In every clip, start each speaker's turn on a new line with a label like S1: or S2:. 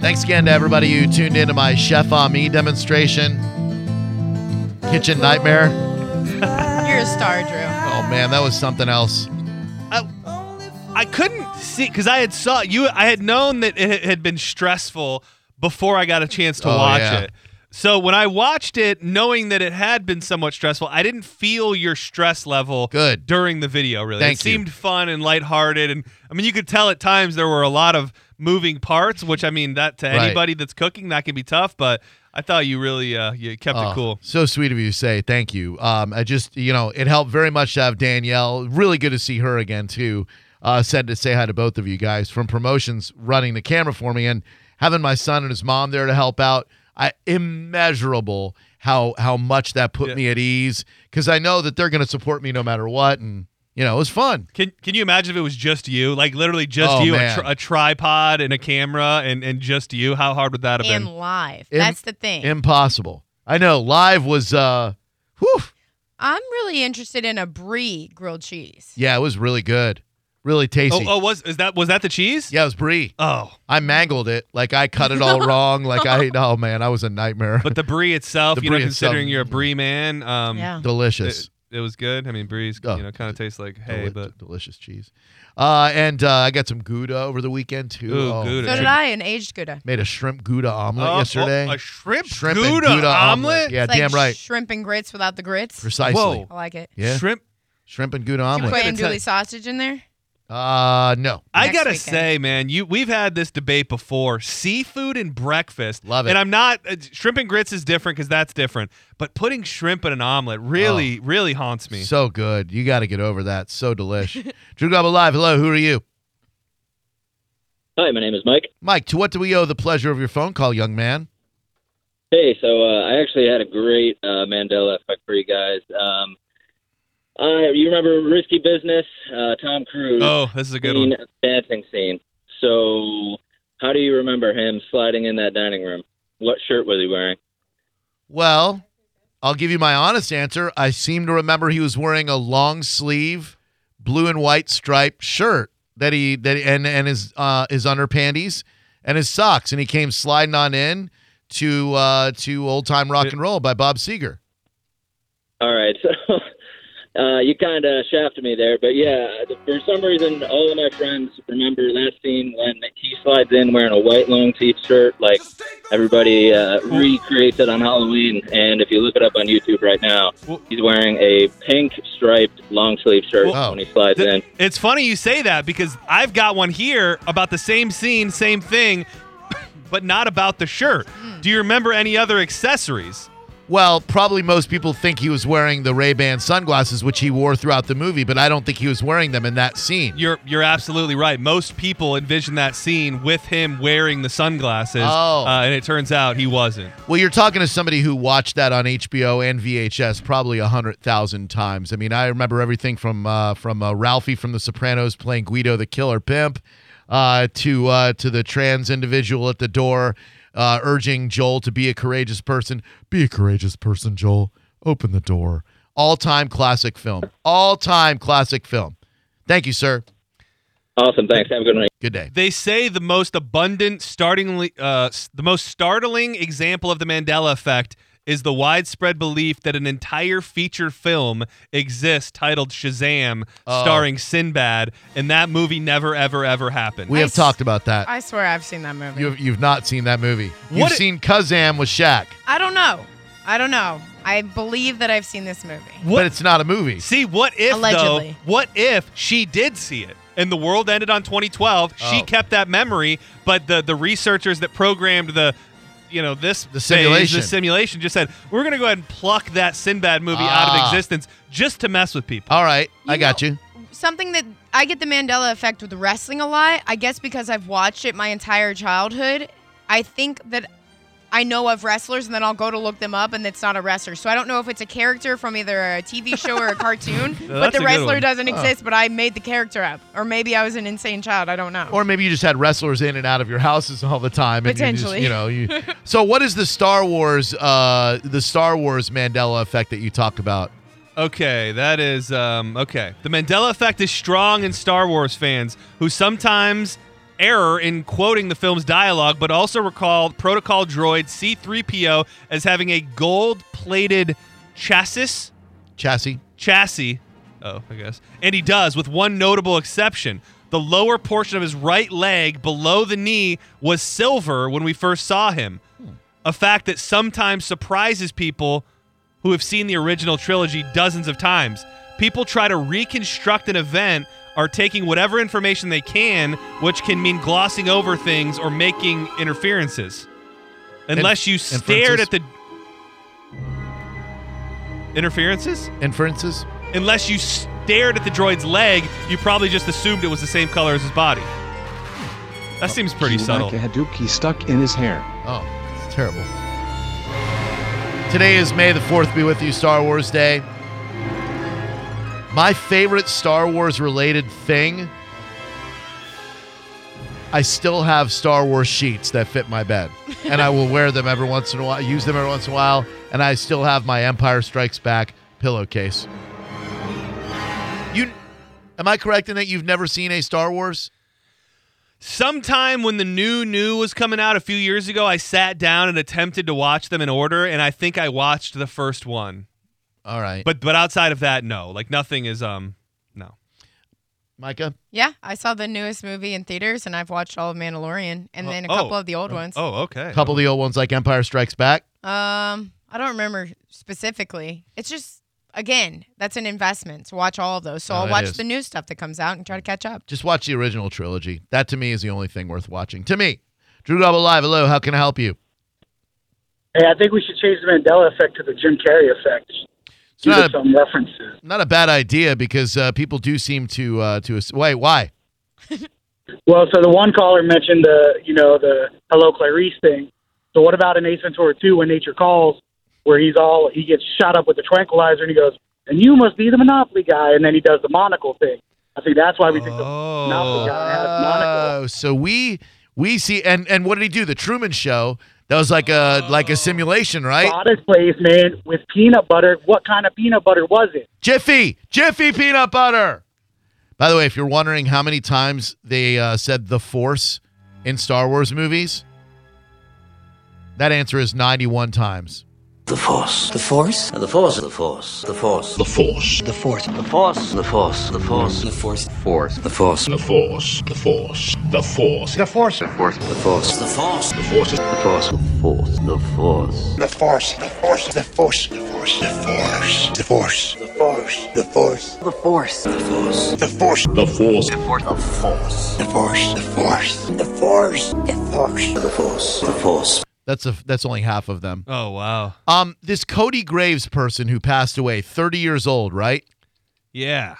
S1: Thanks again to everybody who tuned in to my Chef Ami demonstration. Kitchen Nightmare.
S2: You're a star, Drew.
S1: Oh man, that was something else.
S3: I couldn't see because I had saw you. I had known that it had been stressful before I got a chance to
S1: Oh,
S3: watch
S1: yeah.
S3: it. So when I watched it, knowing that it had been somewhat stressful, I didn't feel your stress level
S1: Good.
S3: during the video. Really,
S1: Thank
S3: it
S1: you.
S3: seemed fun and lighthearted, and I mean, you could tell at times there were a lot of moving parts, which I mean, that to
S1: Right.
S3: anybody that's cooking that can be tough. But I thought you really uh, you kept
S1: Oh,
S3: it cool.
S1: So sweet of you to say. Thank you. Um, I just, you know, it helped very much to have Danielle. Really good to see her again, too. Uh, said to say hi to both of you guys from promotions running the camera for me and having my son and his mom there to help out. I immeasurable how how much that put
S3: Yeah.
S1: me at ease because I know that they're going to support me no matter what, and you know it was fun.
S3: Can Can you imagine if it was just you, like literally just
S1: Oh,
S3: you, a,
S1: man.
S3: tr- a tripod and a camera, and and just you? How hard would that have
S2: And
S3: been?
S2: live.
S1: Im-
S2: That's the thing.
S1: Impossible. I know live was uh, whew,
S2: I'm really interested in a brie grilled cheese.
S1: yeah, it was really good, really tasty.
S3: Oh, oh, was is that was that the cheese?
S1: Yeah, it was brie.
S3: Oh,
S1: I mangled it. Like I cut it all wrong. Like I oh man, I was a nightmare.
S3: but the brie itself,
S1: The
S3: you know,
S1: brie
S3: considering
S1: itself.
S3: you're a brie man, um,
S2: yeah.
S1: delicious.
S3: it, it was good. I mean, brie's
S1: Oh,
S3: you know kind of tastes like hay,
S1: Deli-
S3: but
S1: delicious cheese. Uh, and uh, I got some gouda over the weekend too. Oh,
S3: Ooh, gouda.
S2: So did I, an aged Gouda.
S1: Made a shrimp gouda omelet
S3: Oh,
S1: yesterday.
S3: oh, a shrimp,
S1: shrimp
S3: gouda,
S1: and gouda
S3: omelet.
S1: Yeah,
S2: It's like
S1: damn right.
S2: Shrimp and grits without the grits.
S1: Precisely.
S3: Whoa.
S2: I like it.
S1: Yeah.
S3: Shrimp.
S1: Shrimp and gouda
S2: Should we
S1: omelet.
S2: put
S3: gonna
S2: andouille
S3: tell-
S2: sausage in there?
S1: Uh, no.
S3: I
S2: Next
S3: gotta
S2: weekend.
S3: say, man, you we've had this debate before. Seafood and breakfast,
S1: Love it.
S3: And I'm not uh, shrimp and grits is different because that's different. But putting shrimp in an omelet really, really haunts me.
S1: Oh. So good. You got to get over that. So delish. Drew Gobble Live. Hello. Who are you?
S4: Hi, my name is Mike.
S1: Mike, to what do we owe the pleasure of your phone call, young man?
S4: Hey, so uh, I actually had a great uh, Mandela effect for you guys. Um, I, you remember Risky Business, uh, Tom Cruise,
S3: oh, this is a good one.
S4: scene, dancing scene. So, how do you remember him sliding in that dining room? What shirt was he wearing?
S1: Well, I'll give you my honest answer. I seem to remember he was wearing a long sleeve, blue and white striped shirt that he that and and his uh, his underpanties and his socks, and he came sliding on in to uh, to old time rock and roll by Bob Seger.
S4: All right, so. Uh, you kind of shafted me there, but yeah, for some reason, all of my friends remember that scene when he slides in wearing a white long sleeve shirt, like everybody uh, recreates it on Halloween. And if you look it up on YouTube right now,
S3: Well-
S4: he's wearing a pink striped long sleeve shirt
S1: Well-
S4: when he slides
S3: Th-
S4: in.
S3: It's funny you say that because I've got one here about the same scene, same thing, but not about the shirt. Do you remember any other accessories?
S1: Well, probably most people think he was wearing the Ray Ban sunglasses, which he wore throughout the movie, but I don't think he was wearing them in that scene.
S3: You're you're absolutely right. Most people envision that scene with him wearing the sunglasses,
S1: Oh.
S3: uh, and it turns out he wasn't.
S1: Well, you're talking to somebody who watched that on HBO and VHS probably a hundred thousand times. I mean, I remember everything from uh, from uh, Ralphie from The Sopranos playing Guido the Killer Pimp uh, to uh, to the trans individual at the door uh, urging Joel to be a courageous person. Be a courageous person, Joel. Open the door. All time classic film. All time classic film. Thank you, sir.
S4: Awesome, thanks. Have a good night.
S1: Good day.
S3: They say the most abundant, startlingly, uh, s- the most startling example of the Mandela effect is the widespread belief that an entire feature film exists titled Shazam,
S1: Oh.
S3: starring Sinbad, and that movie never, ever, ever happened.
S1: We
S2: I
S1: have
S2: s-
S1: talked about that.
S2: I swear I've seen that movie.
S1: You've, you've not seen that movie. You've
S3: What i-
S1: seen Kazam with Shaq,
S2: I don't know. I don't know. I believe that I've seen this movie.
S1: but it's not a movie.
S3: see, what if
S2: Allegedly.
S3: though? What if she did see it? And the world ended on 2012. She
S1: Oh.
S3: kept that memory, but the the researchers that programmed the, you know, this
S1: The
S3: phase,
S1: simulation.
S3: the simulation just said we're going to go ahead and pluck that Sinbad movie out
S1: Ah.
S3: of existence just to mess with people.
S1: All right, I
S2: You
S1: got
S2: know-
S1: you.
S2: Something that I get the Mandela effect with wrestling a lot. I guess because I've watched it my entire childhood. I think that I know of wrestlers and then I'll go to look them up and it's not a wrestler. So I don't know if it's a character from either a TV show or a cartoon, but
S3: that's
S2: the
S3: a good
S2: wrestler
S3: one.
S2: doesn't
S1: Huh.
S2: exist, but I made the character up. Or maybe I was an insane child. I don't know.
S1: Or maybe you just had wrestlers in and out of your houses all the time. And you just,
S2: Potentially.
S1: you know. You, so what is the Star Wars, uh, the Star Wars Mandela effect that you talk about?
S3: Okay, that is um, okay. The Mandela effect is strong in Star Wars fans who sometimes error in quoting the film's dialogue, but also recalled Protocol Droid C3PO as having a gold plated chassis.
S1: Chassis.
S3: Chassis. Oh, I guess. And he does, with one notable exception. The lower portion of his right leg below the knee was silver when we first saw him. A fact that sometimes surprises people who have seen the original trilogy dozens of times. People try to reconstruct an event, are taking whatever information they can, which can mean glossing over things or making interferences. Unless you
S1: inferences?
S3: stared at the. Interferences?
S1: Inferences.
S3: Unless you stared at the droid's leg, you probably just assumed it was the same color as his body. That seems pretty subtle.
S5: Like a Hadouki stuck in his hair.
S1: Oh, it's terrible. Today is May the 4th be with you, Star Wars Day. My favorite Star Wars related thing I still have Star Wars sheets that fit my bed, and I will wear them every once in a while, use them every once in a while, and I still have my Empire Strikes Back pillowcase. You, am I correct in that you've never seen a Star Wars?
S3: Sometime when the new new was coming out a few years ago, I sat down and attempted to watch them in order, and I think I watched the first one.
S1: All right,
S3: But but outside of that, no. Like nothing is um no.
S1: Micah.
S2: Yeah, I saw the newest movie in theaters, and I've watched all of Mandalorian, and then a
S3: Oh.
S2: couple of the old ones.
S3: Oh, okay.
S1: A couple of the old ones like Empire Strikes Back.
S2: Um, I don't remember specifically. It's just again, that's an investment to watch all of those. So
S1: No,
S2: I'll
S1: it
S2: watch
S1: is.
S2: the new stuff that comes out and try to catch up.
S1: Just watch the original trilogy. That to me is the only thing worth watching. To me, Drew Double Live. Hello, how can I help you?
S6: Hey, I think we should change the Mandela effect to the Jim Carrey effect.
S1: It's
S6: Give
S1: not
S6: it
S1: a,
S6: some references.
S1: not a bad idea because uh, people do seem to uh, to ass- wait. Why?
S6: Well, so the one caller mentioned the, you know, the Hello Clarice thing. So what about in Ace Ventura 2 when nature calls, where he's all, he gets shot up with a tranquilizer and he goes, and you must be the Monopoly guy. And then he does the monocle thing. I think that's why we think the Monopoly
S3: Oh.
S6: guy has monocle.
S1: Oh, so we we see and and what did he do? The Truman Show. That was like a like a simulation, right?
S6: Product placement with peanut butter. What kind of peanut butter was it?
S1: Jiffy, Jiffy peanut butter. By the way, if you're wondering how many times they uh, said the Force in Star Wars movies, that answer is 91 times.
S7: The Force. The Force? The Force. The Force. The Force. The Force. The Force. The Force. The Force. The Force. The Force. Force. The Force. The Force. The Force. The Force. The Force. The Force. The Force. The Force. The Force. The Force. The Force. The Force.
S8: The force, the force, the force,
S7: The Force. The
S8: the force, the force, the force, the force, the force,
S7: Force.
S8: the
S7: The Force.
S9: The Force.
S8: force, the force, the force, the force, the force.
S7: The Force. The Force.
S1: That's a that's only half of them.
S3: Oh wow.
S1: Um, this Cody Graves person who passed away, thirty years old, right?
S3: Yeah.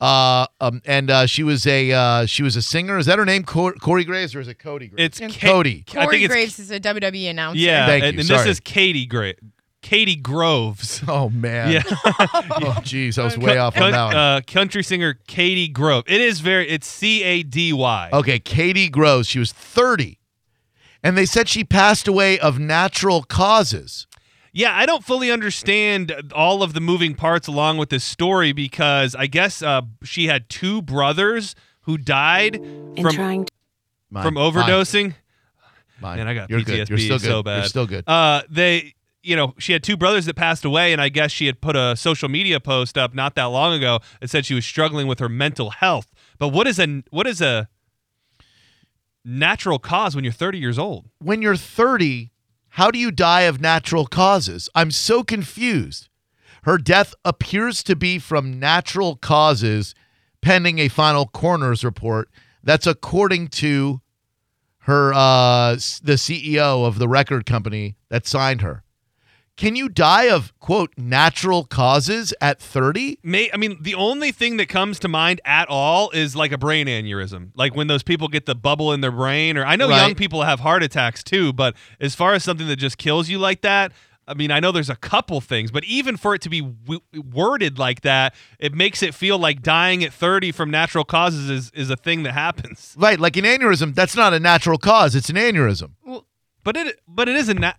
S1: Uh, um, and uh, she was a uh, she was a singer. Is that her name, Cor- Corey Graves, or is it Cody Graves?
S3: It's
S2: Yeah.
S3: Ka-
S1: Cody.
S3: I
S2: Corey
S3: think it's
S2: Graves is a WWE announcer.
S3: Yeah,
S1: Thank
S3: and,
S1: you,
S3: and
S1: sorry.
S3: this is Katie Gra- Katie Groves.
S1: oh man,
S3: Yeah.
S1: oh jeez, I was way
S3: Co-
S1: off
S3: co-
S1: on that one.
S3: uh, country singer Katie Grove. It is very. It's C A D Y.
S1: Okay, Katie Groves. She was thirty, and they said she passed away of natural causes.
S3: Yeah, I don't fully understand all of the moving parts along with this story because I guess uh, she had two brothers who died from
S1: Mine,
S3: from
S1: mine,
S3: overdosing.
S1: mine.
S3: Man, I got
S1: You're
S3: PTSD
S1: good. You're still good.
S3: so bad.
S1: You're still good.
S3: Uh, they, you know, she had two brothers that passed away, and I guess she had put a social media post up not that long ago that said she was struggling with her mental health. But what is a what is a natural cause when you're 30 years old?
S1: when you're 30, how do you die of natural causes? I'm so confused. Her death appears to be from natural causes, pending a final coroner's report. That's according to her, uh, s- the CEO of the record company that signed her. Can you die of quote natural causes at 30?
S3: May I mean the only thing that comes to mind at all is like a brain aneurysm, like when those people get the bubble in their brain. Or I know
S1: Right.
S3: young people have heart attacks too, but as far as something that just kills you like that, I mean I know there's a couple things, but even for it to be w- worded like that, it makes it feel like dying at 30 from natural causes is is a thing that happens.
S1: Right, like an aneurysm, that's not a natural cause, it's an aneurysm.
S3: But it but it is a nat.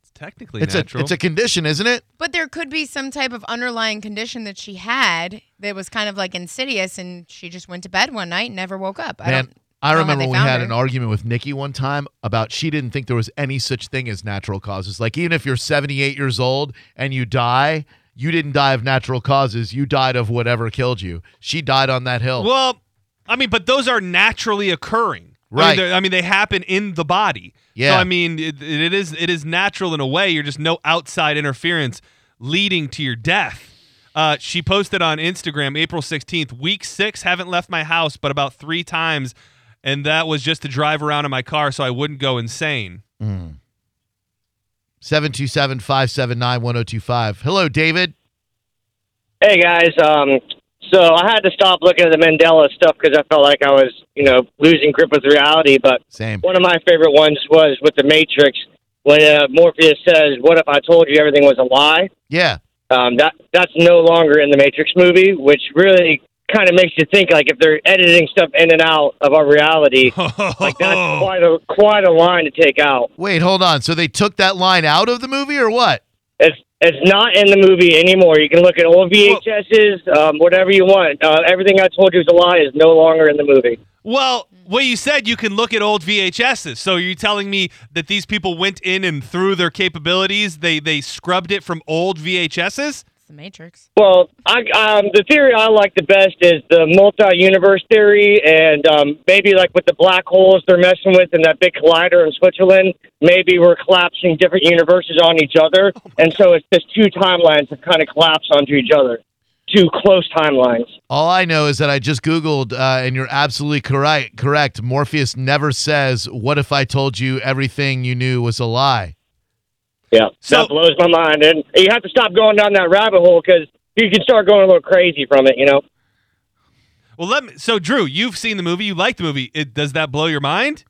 S3: It's technically
S1: It's
S3: natural.
S1: a it's a condition, isn't it?
S2: But there could be some type of underlying condition that she had that was kind of like insidious, and she just went to bed one night and never woke up. I
S1: Man,
S2: don't.
S1: I
S2: Know how
S1: remember
S2: they
S1: when we
S2: found
S1: had
S2: her.
S1: an argument with Nikki one time about she didn't think there was any such thing as natural causes. Like even if you're 78 years old and you die, you didn't die of natural causes. You died of whatever killed you. She died on that hill.
S3: Well, I mean, but those are naturally occurring. I mean,
S1: Right.
S3: they're- I mean, they happen in the body.
S1: Yeah.
S3: So I mean, it, it is it is natural in a way. You're just no outside interference leading to your death. Uh, she posted on Instagram April 16th, week six, haven't left my house but about three times, and that was just to drive around in my car so I wouldn't go insane.
S1: 727 579 1025. Hello, David.
S9: Hey guys, um, so I had to stop looking at the Mandela stuff because I felt like I was, you know, losing grip with reality. But
S1: Same.
S9: one of my favorite ones was with the Matrix when uh, Morpheus says, "What if I told you everything was a lie?"
S1: Yeah.
S9: Um, that that's no longer in the Matrix movie, which really kind of makes you think like if they're editing stuff in and out of our reality, like that's quite a quite a line to take out.
S1: Wait, hold on. So they took that line out of the movie or what?
S9: It's it's not in the movie anymore. You can look at old VHSs, um, whatever you want. Uh, everything I told you was a lie is no longer in the movie.
S3: Well, what you said, you can look at old VHSs. So are you telling me that these people went in and through their capabilities, they they scrubbed it from old VHSs?
S2: It's the Matrix.
S9: Well, I, um, the theory I like the best is the multi-universe theory, and um, maybe like with the black holes they're messing with and that big collider in Switzerland, maybe we're collapsing different universes on each other, and so it's just two timelines that kind of collapse onto each other, two close timelines.
S1: All I know is that I just Googled, uh, and you're absolutely correct. Correct. Morpheus never says, What if I told you everything you knew was a lie?
S9: Yeah,
S3: So-
S9: that blows my mind, and you have to stop going down that rabbit hole because you can start going a little crazy from it, you know.
S3: Well, let me. So, Drew, you've seen the movie. You like the movie. It, does that blow your mind?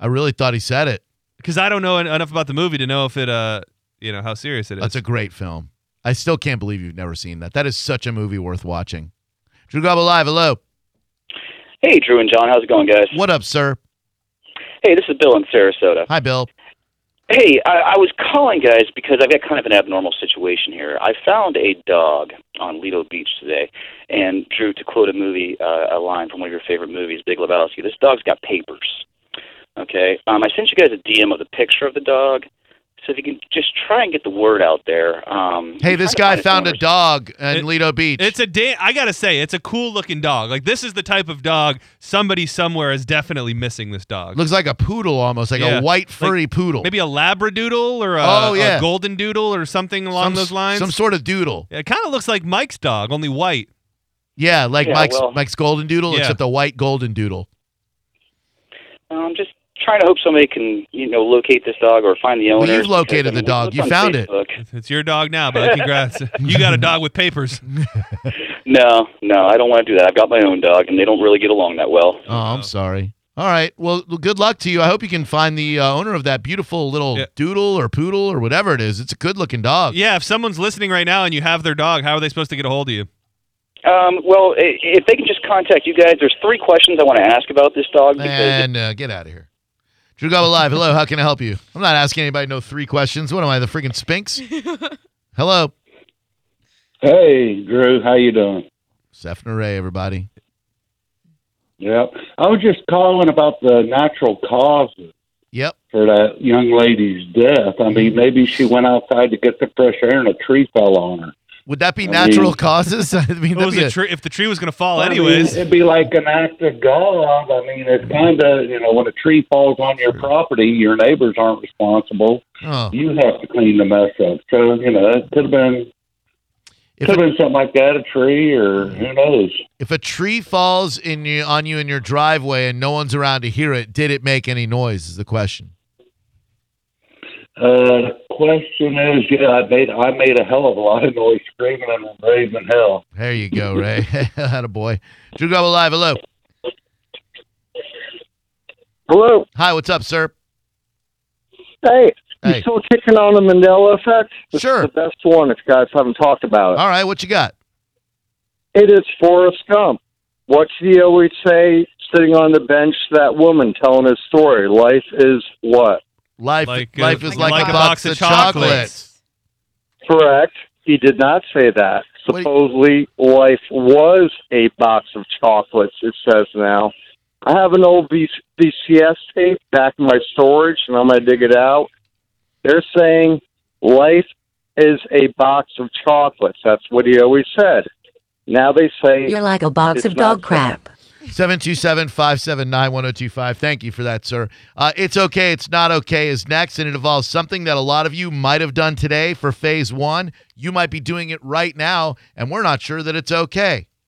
S1: I really thought he said it.
S3: Because I don't know en- enough about the movie to know if it, uh, you know, how serious it is.
S1: That's a great film. I still can't believe you've never seen that. That is such a movie worth watching. Drew Gobble Live, hello.
S10: Hey, Drew and John, how's it going, guys?
S1: What up, sir?
S10: Hey, this is Bill in Sarasota.
S1: Hi, Bill.
S10: Hey, I, I was calling, guys, because I've got kind of an abnormal situation here. I found a dog on Lido Beach today, and Drew, to quote a movie, uh, a line from one of your favorite movies, Big Lebowski, this dog's got papers. Okay? Um, I sent you guys a DM of the picture of the dog, so if you can just try and get the word out there. Um,
S1: Hey,
S10: I'm
S1: this
S10: trying
S1: guy
S10: to find
S1: found a
S10: his
S1: dog in
S3: It-
S1: Lido Beach.
S3: It's a da- I gotta say, it's a cool looking dog. Like this is the type of dog somebody somewhere is definitely missing. This dog.
S1: Looks like a poodle almost, like
S3: Yeah.
S1: a white furry poodle.
S3: Maybe a labradoodle or a,
S1: Oh, yeah.
S3: a golden doodle or something along
S1: some,
S3: those lines.
S1: Some sort of doodle.
S3: Yeah, it kind of looks like Mike's dog, only white.
S1: Yeah, like
S10: Yeah,
S1: Mike's
S10: well-
S1: Mike's golden doodle,
S3: Yeah.
S1: except a white golden doodle.
S10: I'm just trying to hope somebody can, you know, locate this dog or find the owner.
S1: Well, you've located the dog. You found it.
S10: it.
S3: It's your dog now, but congrats. you got a dog with papers.
S10: No, no, I don't want to do that. I've got my own dog, and they don't really get along that well.
S1: Oh, I'm sorry. All right. Well, well, good luck to you. I hope you can find the uh, owner of that beautiful little
S3: Yeah.
S1: doodle or poodle or whatever it is. It's a good looking dog.
S3: Yeah, if someone's listening right now and you have their dog, how are they supposed to get a hold of you?
S10: Um, well, i- if they can just contact you guys, there's three questions I want to ask about this dog because
S1: And uh, get out of here. Drew Gobble Live. Hello. How can I help you? I'm not asking anybody no three questions. What am I, the freaking Sphinx? Hello.
S11: Hey, Drew, how you doing?
S1: Stephanie Ray, everybody.
S11: Yep. I was just calling about the natural causes
S1: Yep.
S11: for that young lady's death. I mean, maybe she went outside to get the fresh air and a tree fell on her.
S1: Would that be
S11: I
S1: natural
S11: mean-
S1: causes? I mean,
S3: What
S1: that'd
S3: was
S1: be
S3: the
S1: a-
S3: tree? If the tree was gonna fall,
S11: I mean,
S3: anyways.
S11: it'd be like an act of God. I mean, it's kind of, you know, when a tree falls on your property, your neighbors aren't responsible.
S1: oh.
S11: You have to clean the mess up. So, you know, it could have been.
S1: If
S11: Could have
S1: it-
S11: been something like that, a tree, or who knows.
S1: If a tree falls in you, on you in your driveway and no one's around to hear it, did it make any noise? Is the question.
S11: Uh, the question is, yeah, I made I made a hell of a lot of noise screaming and raving hell.
S1: There you go, Ray. Had a boy. Drew Gobble Live. Hello.
S9: Hello,
S1: Hi. What's up, sir?
S9: hey,
S1: Hey.
S9: still kicking on the Mandela effect?
S1: Sure.
S9: best one if guys haven't talked about
S1: All right. What you got?
S9: It is Forrest Gump. What should he always say sitting on the bench? to That woman telling his story. Life is what?
S1: Life.
S3: Like, uh,
S1: life is like, a, box, of
S3: chocolates.
S1: chocolates.
S9: Correct. He did not say that.
S1: What do you-
S9: Supposedly, life was a box of chocolates, it says now. I have an old V- VCS tape back in my storage, and I'm going to dig it out. They're saying life is a box of chocolates. That's what he always said. Now they say
S1: You're
S2: like a box
S9: it's
S2: of
S9: not
S2: dog crap.
S1: 727 579 1025. Thank you for that, sir. Uh, it's okay, it's not okay is next, and it involves something that a lot of you might have done today for phase one. You might be doing it right now, and we're not sure that it's okay.